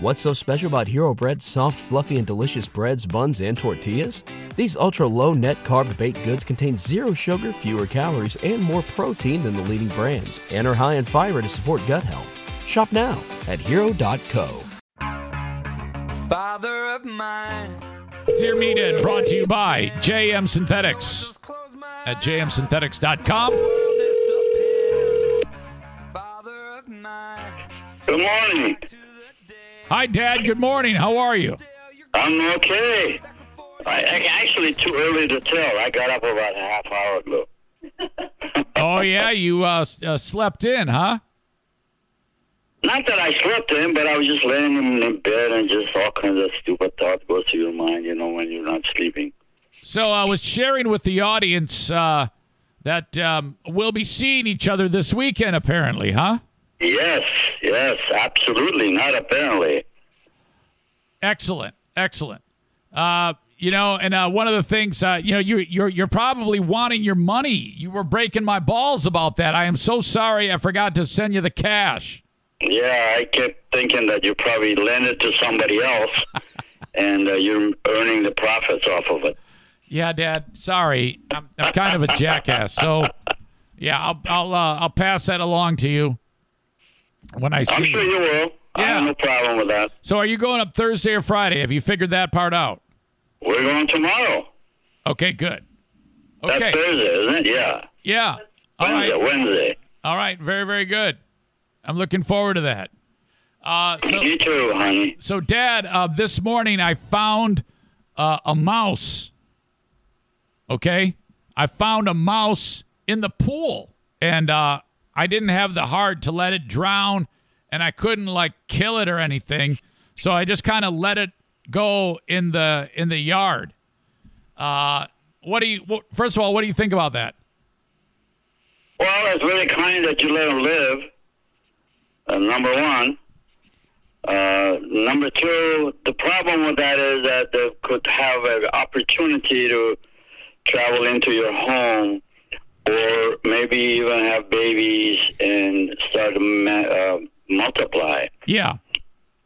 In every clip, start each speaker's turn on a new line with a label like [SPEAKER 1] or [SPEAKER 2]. [SPEAKER 1] What's so special about Hero Bread's soft, fluffy, and delicious breads, buns, and tortillas? These ultra low net carb baked goods contain zero sugar, fewer calories, and more protein than the leading brands, and are high in fiber to support gut health. Shop now at hero.co.
[SPEAKER 2] Father of mine.
[SPEAKER 3] Dear Meat In, brought to you by JM Synthetics at jmsynthetics.com.
[SPEAKER 2] Father of mine.
[SPEAKER 4] Good morning.
[SPEAKER 3] Hi, Dad. Good morning. How are you?
[SPEAKER 4] I'm okay. I, I actually too early to tell. I got up about a half hour ago.
[SPEAKER 3] Oh, yeah. You uh, s- uh, slept in, huh?
[SPEAKER 4] Not that I slept in, but I was just laying in the bed and just all kinds of stupid thoughts go through your mind, you know, when you're not sleeping.
[SPEAKER 3] So uh, I was sharing with the audience uh, that um, we'll be seeing each other this weekend, apparently, huh?
[SPEAKER 4] Yes, yes, absolutely. Not apparently.
[SPEAKER 3] Excellent, excellent. Uh, you know, and uh, one of the things, uh, you know, you you're you're probably wanting your money. You were breaking my balls about that. I am so sorry. I forgot to send you the cash.
[SPEAKER 4] Yeah, I kept thinking that you probably lend it to somebody else and uh, you're earning the profits off of it.
[SPEAKER 3] Yeah, Dad. Sorry, I'm, I'm kind of a jackass. So, yeah, I'll I'll uh, I'll pass that along to you when I
[SPEAKER 4] I'm
[SPEAKER 3] see.
[SPEAKER 4] sure
[SPEAKER 3] you.
[SPEAKER 4] you will. I have
[SPEAKER 3] Yeah.
[SPEAKER 4] no problem with that.
[SPEAKER 3] So, are you going up Thursday or Friday? Have you figured that part out?
[SPEAKER 4] We're going tomorrow.
[SPEAKER 3] Okay, good.
[SPEAKER 4] That's
[SPEAKER 3] Okay,
[SPEAKER 4] Thursday, isn't it? Yeah.
[SPEAKER 3] yeah. All
[SPEAKER 4] Wednesday,
[SPEAKER 3] right.
[SPEAKER 4] Wednesday.
[SPEAKER 3] All right, very, very good. I'm looking forward to that. Uh, so,
[SPEAKER 4] You too, honey.
[SPEAKER 3] so, Dad, uh, this morning I found uh, a mouse. Okay, I found a mouse in the pool, and uh, I didn't have the heart to let it drown, and I couldn't like kill it or anything, so I just kind of let it go in the in the yard. Uh, what do you? What, first of all, what do you think about that?
[SPEAKER 4] Well, it's really kind that you let him live. Uh, number one. Uh, number two, the problem with that is that they could have an opportunity to travel into your home, or maybe even have babies and start to ma- uh, multiply.
[SPEAKER 3] Yeah.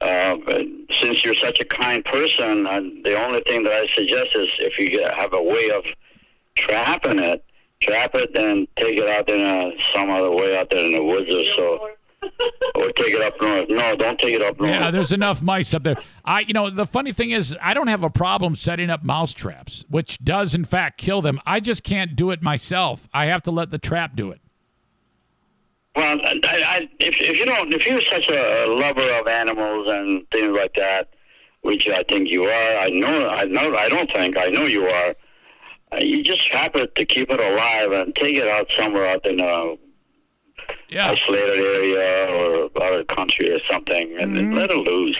[SPEAKER 4] Uh, but since you're such a kind person, uh, the only thing that I suggest is if you get- have a way of trapping it, trap it and take it out in a, some other way out there in the woods or so. or take it up north. No, don't take it up north.
[SPEAKER 3] Yeah, there's enough mice up there. I, you know, the funny thing is, I don't have a problem setting up mouse traps, which does in fact kill them. I just can't do it myself. I have to let the trap do it.
[SPEAKER 4] Well, I, I, if, if you don't, if you're such a lover of animals and things like that, which I think you are, I know, I know, I don't think I know you are. uh, You just happen to keep it alive and take it out somewhere out in uh, a
[SPEAKER 3] Yeah.
[SPEAKER 4] isolated area or out of the country or something, and then let it loose.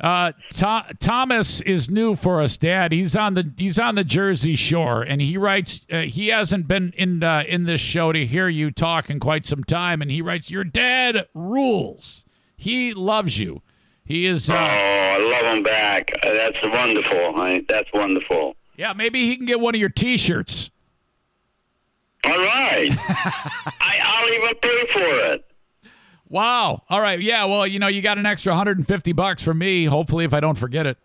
[SPEAKER 3] Uh, Tho- Thomas is new for us, Dad. He's on the he's on the Jersey Shore, and he writes. Uh, he hasn't been in uh, in this show to hear you talk in quite some time, and he writes, "Your dad rules. He loves you. He is."
[SPEAKER 4] Oh,
[SPEAKER 3] Uh,
[SPEAKER 4] I love him back. Uh, That's wonderful. honey. That's wonderful.
[SPEAKER 3] yeah, maybe he can get one of your T-shirts.
[SPEAKER 4] All right, I, I'll even pay for it.
[SPEAKER 3] Wow. All right. Yeah. Well, you know, you got an extra 150 bucks from me. Hopefully, if I don't forget it.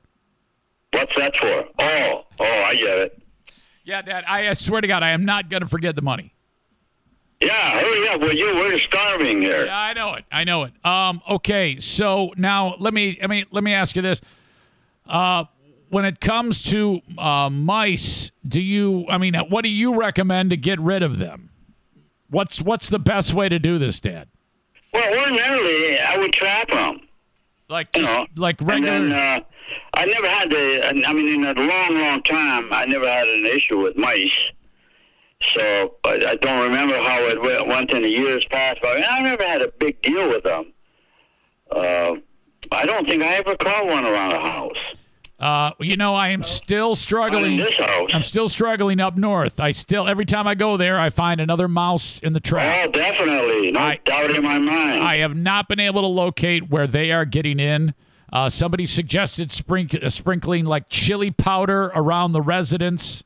[SPEAKER 4] What's that for? Oh, oh, I get it.
[SPEAKER 3] Yeah, Dad. I, I swear to God, I am not going to forget the money.
[SPEAKER 4] Yeah, hurry up. Well, you we're starving here.
[SPEAKER 3] Yeah, I know it. I know it. Um. Okay. So now let me. I mean, let me ask you this. Uh, when it comes to uh, mice, do you? I mean, what do you recommend to get rid of them? What's What's the best way to do this, Dad?
[SPEAKER 4] Well, ordinarily I would trap them.
[SPEAKER 3] Like
[SPEAKER 4] You
[SPEAKER 3] just
[SPEAKER 4] know,
[SPEAKER 3] like regular.
[SPEAKER 4] Uh-huh. And then, uh, I never had the. I mean, in a long, long time, I never had an issue with mice. So I, I don't remember how it went, went in the years past, but I never had a big deal with them. Uh, I don't think I ever caught one around the house.
[SPEAKER 3] uh, you know, I am still
[SPEAKER 4] Not in
[SPEAKER 3] struggling.
[SPEAKER 4] this house.
[SPEAKER 3] I'm still struggling up north. I still every time I go there, I find another mouse in the trap.
[SPEAKER 4] oh, definitely, no
[SPEAKER 3] I-
[SPEAKER 4] doubt in my mind.
[SPEAKER 3] I have not been able to locate where they are getting in. Uh, somebody suggested sprink- uh, sprinkling like chili powder around the residence.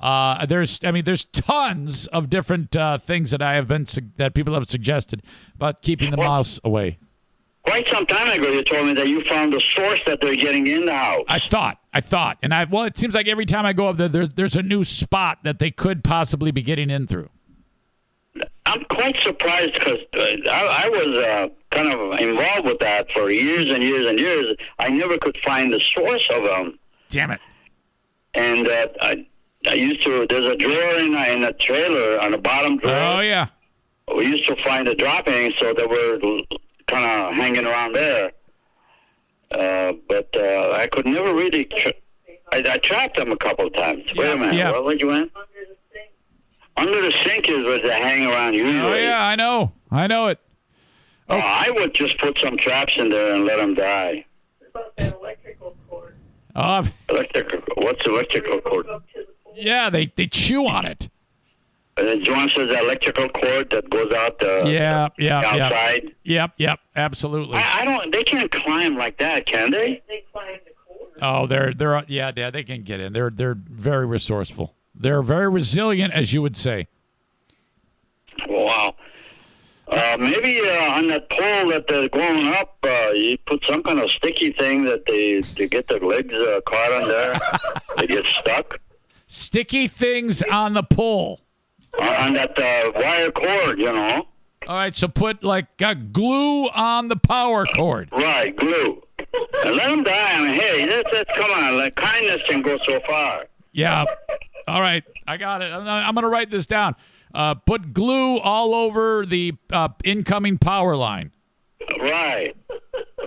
[SPEAKER 3] Uh, there's, I mean, there's tons of different uh, things that I have been sug- that people have suggested about keeping the mouse away.
[SPEAKER 4] Quite some time ago, you told me that you found the source that they're getting in the house.
[SPEAKER 3] I thought, I thought, and I well, it seems like every time I go up there, there's there's a new spot that they could possibly be getting in through.
[SPEAKER 4] I'm quite surprised because uh, I, I was uh, kind of involved with that for years and years and years. I never could find the source of them,
[SPEAKER 3] Damn it!
[SPEAKER 4] and uh, I, I used to. There's a drawer in a, in a trailer on the bottom drawer.
[SPEAKER 3] Oh yeah,
[SPEAKER 4] We used to find the droppings, so they were kind of hanging around there. Uh, but uh, I could never really. Tra- I, I trapped them a couple of times. Wait
[SPEAKER 3] Yeah,
[SPEAKER 4] a minute.
[SPEAKER 3] yeah.
[SPEAKER 4] What was you in? Under the sink is where they hang around usually.
[SPEAKER 3] oh yeah. I know, I know it.
[SPEAKER 4] Oh, I would just put some traps in there and let them die.
[SPEAKER 3] Uh,
[SPEAKER 4] Electrical. What's electrical cord?
[SPEAKER 3] yeah, they they chew on it.
[SPEAKER 4] And then Uh, John says electrical cord that goes out the
[SPEAKER 3] Yeah, yeah, yeah,
[SPEAKER 4] outside.
[SPEAKER 3] yep, yep, absolutely.
[SPEAKER 4] I, I don't. They can't climb like that, can they?
[SPEAKER 3] Oh, they're they're yeah, yeah, they can get in. They're they're very resourceful. They're very resilient, as you would say.
[SPEAKER 4] Wow. Uh, maybe uh, on that pole that they're going up, uh, you put some kind of sticky thing that they to get their legs uh, caught on there. they get stuck
[SPEAKER 3] Sticky things on the pole.
[SPEAKER 4] on, on that uh, wire cord, you know.
[SPEAKER 3] All right, so put like uh, glue on the power cord.
[SPEAKER 4] Right, glue. And let them die. I mean, hey, that's, that's come on. Like kindness can go so far.
[SPEAKER 3] Yeah. All right. I got it. I'm, I'm going to write this down. Uh, put glue all over the uh, incoming power line.
[SPEAKER 4] Right,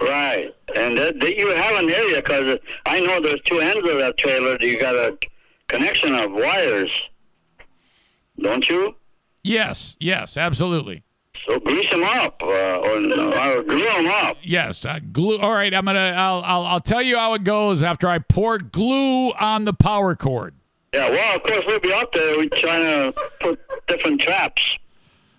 [SPEAKER 4] right. And that, that you have an area because I know there's two ends of that trailer. that You got a connection of wires, don't you?
[SPEAKER 3] Yes. Yes. Absolutely.
[SPEAKER 4] So grease them up uh, or, or glue them up.
[SPEAKER 3] Yes. Uh, glue. All right. I'm going to, I'll, I'll, I'll tell you how it goes after I pour glue on the power cord.
[SPEAKER 4] Yeah. Well, of course we'll be out there. We're trying to put different traps.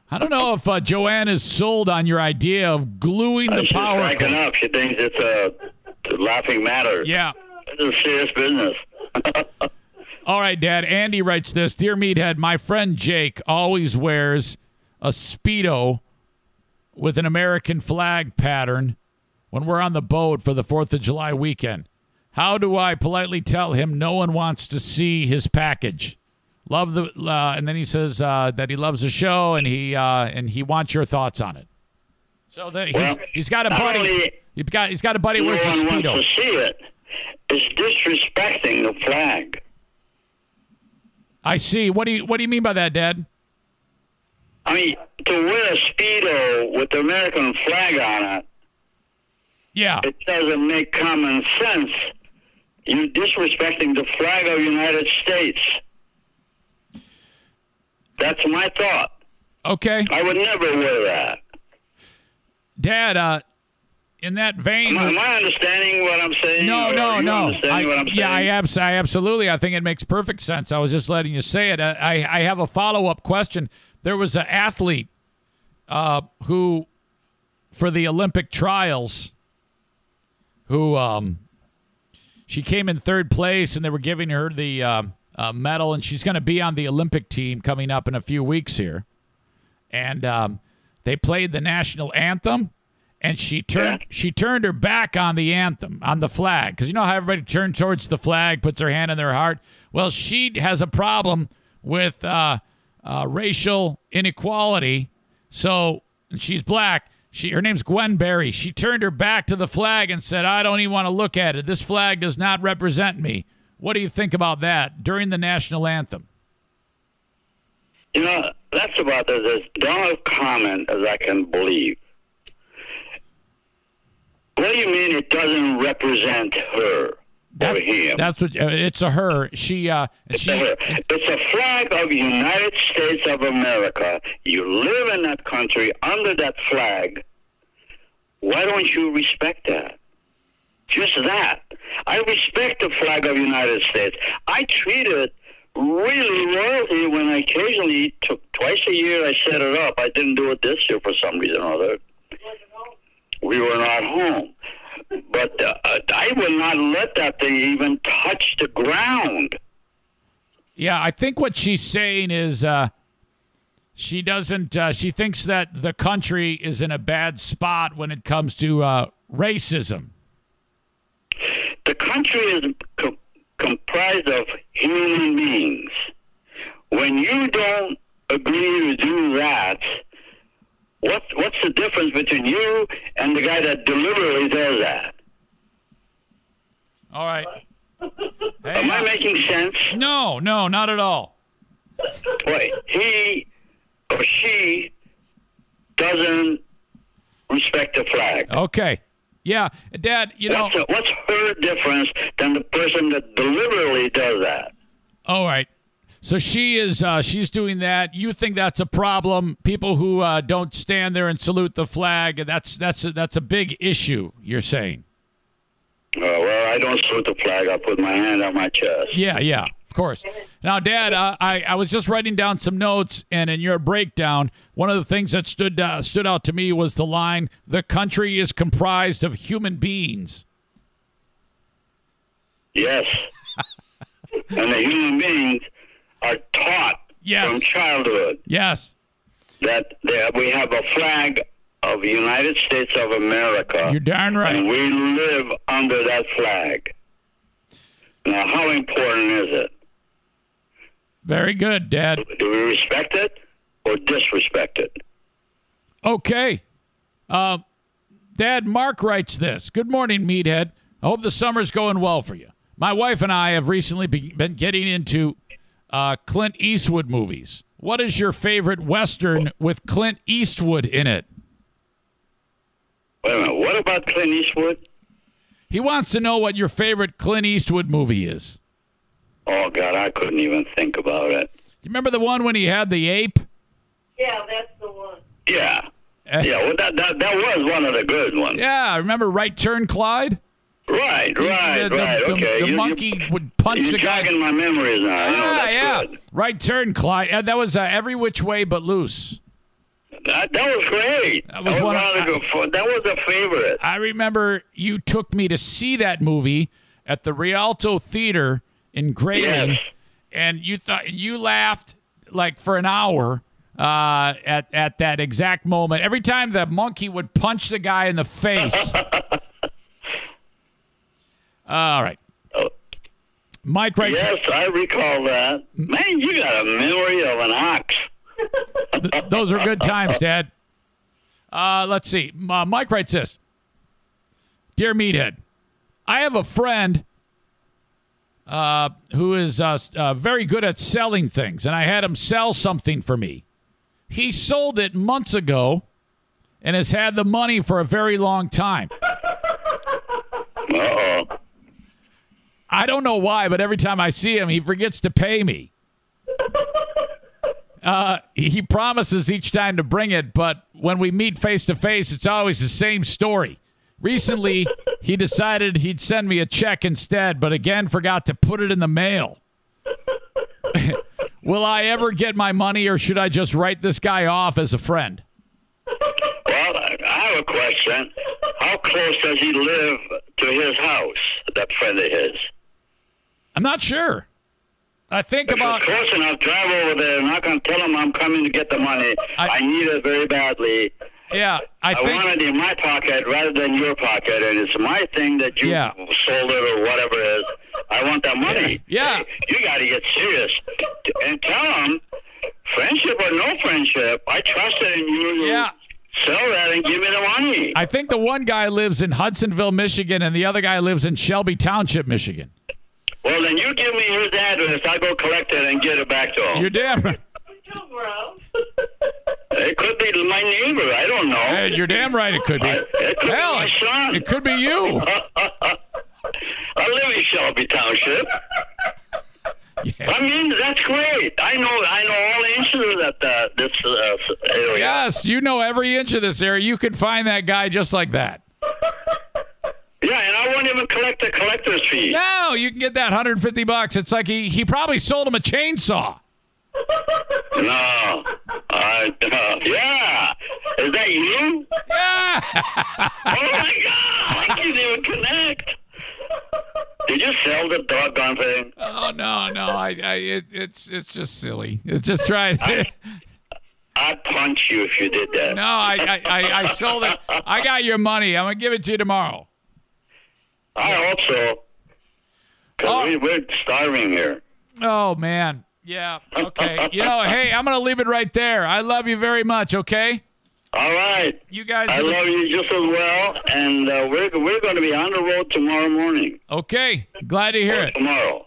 [SPEAKER 3] I don't know if uh, Joanne is sold on your idea of gluing the
[SPEAKER 4] She's
[SPEAKER 3] power
[SPEAKER 4] cracking
[SPEAKER 3] cord.
[SPEAKER 4] up. She thinks it's a, a laughing matter.
[SPEAKER 3] Yeah.
[SPEAKER 4] It's a serious business.
[SPEAKER 3] All right, Dad. Andy writes this Dear Meathead, my friend Jake always wears a Speedo with an American flag pattern when we're on the boat for the 4th of July weekend. How do I politely tell him no one wants to see his package? Love the uh, and then he says uh, that he loves the show and he uh, and he wants your thoughts on it. So the, he's,
[SPEAKER 4] Well,
[SPEAKER 3] he's got a
[SPEAKER 4] not
[SPEAKER 3] buddy.
[SPEAKER 4] only-
[SPEAKER 3] He's got he's got a buddy who
[SPEAKER 4] No
[SPEAKER 3] wears a
[SPEAKER 4] one
[SPEAKER 3] speedo.
[SPEAKER 4] wants to see it. It's disrespecting the flag.
[SPEAKER 3] I see. What do you what do you mean by that, Dad?
[SPEAKER 4] I mean, to wear a speedo with the American flag on it,
[SPEAKER 3] Yeah.
[SPEAKER 4] it doesn't make common sense. You're disrespecting the flag of the United States. That's my thought.
[SPEAKER 3] Okay.
[SPEAKER 4] I would never wear that.
[SPEAKER 3] Dad, uh, in that vein,
[SPEAKER 4] Am, I- am I understanding what I'm saying?
[SPEAKER 3] no,
[SPEAKER 4] Or are
[SPEAKER 3] no,
[SPEAKER 4] you
[SPEAKER 3] no.
[SPEAKER 4] Understanding
[SPEAKER 3] I,
[SPEAKER 4] what I'm saying?
[SPEAKER 3] yeah, I, abs- I absolutely. I think it makes perfect sense. I was just letting you say it. I, I, I have a follow up question. There was an athlete uh, who, for the Olympic trials, who um, she came in third place, and they were giving her the um uh, medal, and she's going to be on the Olympic team coming up in a few weeks here. and um, they played the national anthem. And she turned
[SPEAKER 4] Yeah.
[SPEAKER 3] she turned her back on the anthem on the flag because you know how everybody turns towards the flag, puts their hand in their heart. Well, she has a problem with uh, uh, racial inequality, so and she's black. She her name's Gwen Berry. She turned her back to the flag and said, "I don't even want to look at it. This flag does not represent me." What do you think about that during the national anthem?
[SPEAKER 4] You know, that's about as, as dumb a comment as I can believe. What do you mean it doesn't represent her or him?
[SPEAKER 3] That's what uh, it's a her. She uh she
[SPEAKER 4] Oh, it's a flag of the United States of America. You live in that country under that flag. Why don't you respect that? Just that. I respect the flag of the United States. I treat it really royally when I occasionally, t- twice a year, I set it up. I didn't do it this year for some reason or other. We were not home. But uh, I will not let that thing even touch the ground.
[SPEAKER 3] Yeah, I think what she's saying is uh, She doesn't. Uh, she thinks that the country is in a bad spot when it comes to uh, racism.
[SPEAKER 4] The country is com- comprised of human beings. When you don't agree to do that, what, what's the difference between you and the guy that deliberately does that?
[SPEAKER 3] All right.
[SPEAKER 4] Am I making sense?
[SPEAKER 3] No, no, not at all.
[SPEAKER 4] Well, he or she doesn't respect the flag.
[SPEAKER 3] Okay. Yeah, Dad. You know.
[SPEAKER 4] What's, the- what's her difference than the person that deliberately does that?
[SPEAKER 3] All right. So she is uh, she's doing that. You think that's a problem? People who uh, don't stand there and salute the flag that's that's a, that's a big issue. You're saying?
[SPEAKER 4] Uh, well, I don't salute the flag. I put my hand on my chest.
[SPEAKER 3] Yeah, yeah, of course. Now, Dad, uh, I I was just writing down some notes, and in your breakdown, one of the things that stood uh, stood out to me was the line: "The country is comprised of human beings."
[SPEAKER 4] Yes. and the human beings are taught
[SPEAKER 3] Yes.
[SPEAKER 4] from childhood
[SPEAKER 3] Yes.
[SPEAKER 4] that there, we have a flag of the United States of America.
[SPEAKER 3] You're darn right.
[SPEAKER 4] And we live under that flag. Now, how important is it?
[SPEAKER 3] Very good, Dad.
[SPEAKER 4] Do we respect it or disrespect it?
[SPEAKER 3] Okay. Uh, Dad, Mark writes this Good morning, Meathead. I hope the summer's going well for you. My wife and I have recently be- been getting into uh, Clint Eastwood movies. What is your favorite Western with Clint Eastwood in it?
[SPEAKER 4] Wait a minute. What about Clint Eastwood?
[SPEAKER 3] He wants to know what your favorite Clint Eastwood movie is.
[SPEAKER 4] Oh, God, I couldn't even think about it.
[SPEAKER 3] You remember the one when he had the ape?
[SPEAKER 5] Yeah, that's the one.
[SPEAKER 4] Yeah.
[SPEAKER 3] Eh.
[SPEAKER 4] Yeah, well, that, that, that was one of the good ones.
[SPEAKER 3] Yeah, remember Right Turn Clyde?
[SPEAKER 4] Right,
[SPEAKER 3] the,
[SPEAKER 4] right,
[SPEAKER 3] the-
[SPEAKER 4] right.
[SPEAKER 3] the-
[SPEAKER 4] okay.
[SPEAKER 3] the
[SPEAKER 4] you- you-
[SPEAKER 3] monkey would punch
[SPEAKER 4] You're
[SPEAKER 3] the guy.
[SPEAKER 4] jogging my memories now. You know,
[SPEAKER 3] Ah,
[SPEAKER 4] that's
[SPEAKER 3] yeah.
[SPEAKER 4] good.
[SPEAKER 3] Right Turn Clyde. Uh, that was uh, Every Which Way But Loose.
[SPEAKER 4] That, that was great.
[SPEAKER 3] That was one of-
[SPEAKER 4] of the good- That was a favorite.
[SPEAKER 3] I remember you took me to see that movie at the Rialto Theater in Grayling,
[SPEAKER 4] Yes.
[SPEAKER 3] and you thought you laughed like for an hour uh, at at that exact moment. Every time the monkey would punch the guy in the face. All right, Mike writes.
[SPEAKER 4] Yes, I recall that. Man, you got a memory of an ox.
[SPEAKER 3] Those are good times, Dad. Uh, let's see. M- uh, Mike writes this Dear Meathead, I have a friend uh, who is uh, s- uh, very good at selling things, and I had him sell something for me. He sold it months ago and has had the money for a very long time.
[SPEAKER 4] Uh oh.
[SPEAKER 3] I don't know why, but every time I see him, he forgets to pay me. Uh, he promises each time to bring it, but when we meet face to face, it's always the same story. Recently, he decided he'd send me a check instead, but again forgot to put it in the mail. Will I ever get my money, or should I just write this guy off as a friend?
[SPEAKER 4] Well, I I have a question. How close does he live to his house, that friend of his?
[SPEAKER 3] I'm not sure. I think
[SPEAKER 4] If
[SPEAKER 3] about
[SPEAKER 4] it's close enough, drive over there. and i can tell him I'm coming to get the money.
[SPEAKER 3] I-
[SPEAKER 4] I, need it very badly.
[SPEAKER 3] yeah. I
[SPEAKER 4] I
[SPEAKER 3] think
[SPEAKER 4] want it in my pocket rather than your pocket, and it's my thing that you
[SPEAKER 3] Yeah.
[SPEAKER 4] sold it or whatever it is. I want that money.
[SPEAKER 3] Yeah. Yeah.
[SPEAKER 4] Hey, you got to get serious and tell them, friendship or no friendship, I trusted in you. You
[SPEAKER 3] Yeah.
[SPEAKER 4] Sell that and give me the money.
[SPEAKER 3] I think the one guy lives in Hudsonville, Michigan, and the other guy lives in Shelby Township, Michigan.
[SPEAKER 4] well, then you give me his address. I go collect it and get it back to him.
[SPEAKER 3] You're damn right.
[SPEAKER 5] Come around.
[SPEAKER 4] It could be my neighbor. I don't know.
[SPEAKER 3] Hey, You're damn right. It could be.
[SPEAKER 4] I- it could
[SPEAKER 3] Hell,
[SPEAKER 4] be my son.
[SPEAKER 3] it could be you.
[SPEAKER 4] I live in Shelby Township.
[SPEAKER 3] Yeah.
[SPEAKER 4] I mean, that's great. I know, I know all the incidents at uh, this uh, area.
[SPEAKER 3] Yes, you know every inch of this area. You could find that guy just like that.
[SPEAKER 4] Yeah, and I won't even collect the collector's fee.
[SPEAKER 3] No, you can get that 150 bucks. It's like he he probably sold him a chainsaw.
[SPEAKER 4] No. I, uh, yeah. Is that you?
[SPEAKER 3] Yeah.
[SPEAKER 4] oh my God! I can't even connect. Did you sell the doggone thing?
[SPEAKER 3] Oh no, no. I, I it, it's it's just silly. It's just trying.
[SPEAKER 4] I'd punch you if you did that.
[SPEAKER 3] No, I, I, I, I sold it. I got your money. I'm gonna give it to you tomorrow.
[SPEAKER 4] I hope so.
[SPEAKER 3] Oh.
[SPEAKER 4] Because we, we're starving here.
[SPEAKER 3] Oh man. Yeah. Okay. You know, hey, I'm gonna leave it right there. I love you very much. Okay.
[SPEAKER 4] All right.
[SPEAKER 3] You guys.
[SPEAKER 4] I
[SPEAKER 3] are the-
[SPEAKER 4] love you just as well, and uh, we're we're going to be on the road tomorrow morning.
[SPEAKER 3] okay. Glad to hear
[SPEAKER 4] Or
[SPEAKER 3] it.
[SPEAKER 4] Tomorrow.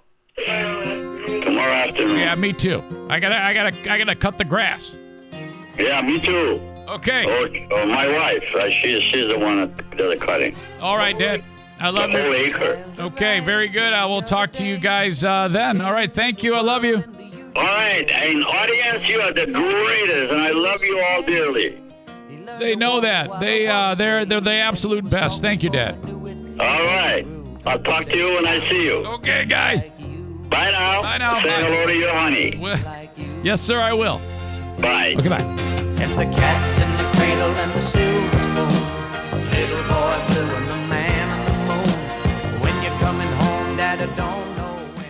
[SPEAKER 4] Tomorrow afternoon.
[SPEAKER 3] Yeah, me too. I gotta, I gotta, I gotta cut the grass.
[SPEAKER 4] Yeah, me too.
[SPEAKER 3] Okay.
[SPEAKER 4] Or, or my wife. Uh, she, she's the one that did the cutting.
[SPEAKER 3] All right, Dad. I
[SPEAKER 4] The
[SPEAKER 3] love
[SPEAKER 4] whole
[SPEAKER 3] you.
[SPEAKER 4] acre.
[SPEAKER 3] Okay. Very good. I will talk to you guys uh, then. All right. Thank you. I love you.
[SPEAKER 4] All right, and audience, you are the greatest, and I love you all dearly.
[SPEAKER 3] They know that. They, uh, they're, they're the absolute best. Thank you, Dad.
[SPEAKER 4] All right. I'll talk to you when I see you.
[SPEAKER 3] Okay, guy.
[SPEAKER 4] Bye now.
[SPEAKER 3] Bye now,
[SPEAKER 4] Say
[SPEAKER 3] bye.
[SPEAKER 4] hello to your honey.
[SPEAKER 3] Well, yes, sir. I will.
[SPEAKER 4] Bye.
[SPEAKER 3] Okay. Bye.
[SPEAKER 6] And the cat's in the cradle and the silver spoon. Little boy blue and the man on the moon. When you're coming home, Dad, I don't know when.